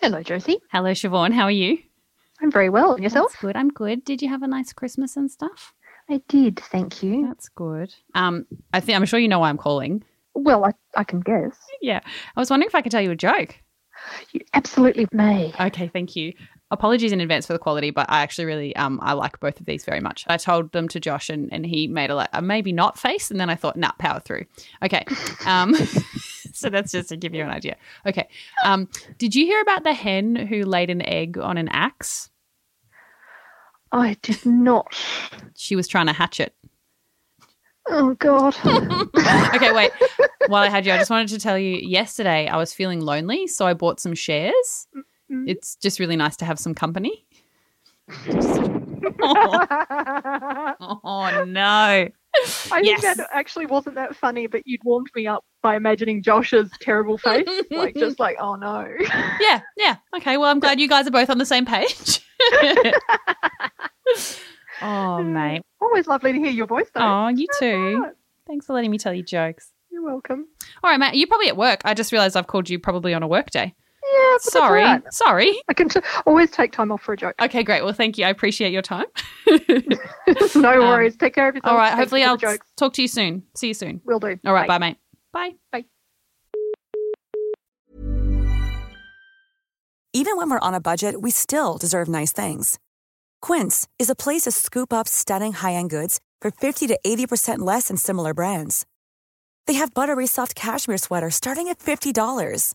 Hello, Josie. Hello, Siobhan. How are you? I'm very well. And yourself? That's good. I'm good. Did you have a nice Christmas and stuff? I did, thank you. That's good. Um, I think I'm sure you know why I'm calling. Well, I, I can guess. Yeah. I was wondering if I could tell you a joke. You absolutely may. Okay, thank you. Apologies in advance for the quality, but I actually really um I like both of these very much. I told them to Josh and, and he made a, like, a maybe not face and then I thought, nah, power through. Okay. Um so that's just to give you an idea. Okay. Um did you hear about the hen who laid an egg on an axe? I did not. She was trying to hatch it. Oh, God. okay, wait. While I had you, I just wanted to tell you yesterday I was feeling lonely, so I bought some shares. Mm. It's just really nice to have some company. oh, I oh, no. think Yes. that actually wasn't that funny, but you'd warmed me up by imagining Josh's terrible face. like, just like, oh, no. Yeah, yeah. Okay, well, I'm glad you guys are both on the same page. oh, mate. Always lovely to hear your voice, though. Oh, you too. Thanks for letting me tell you jokes. You're welcome. All right, mate, you're probably at work. I just realized I've called you probably on a work day. Yeah, but that's all Sorry. right. Sorry. I can t- always take time off for a joke. Okay, great. Well, thank you. I appreciate your time. no worries. Take care of yourself. All right. Thanks Hopefully, for the I'll jokes. talk to you soon. See you soon. Will do. All right. Bye. Bye, mate. Bye. Even when we're on a budget, we still deserve nice things. Quince is a place to scoop up stunning high end goods for 50 to 80% less than similar brands. They have buttery soft cashmere sweaters starting at $50,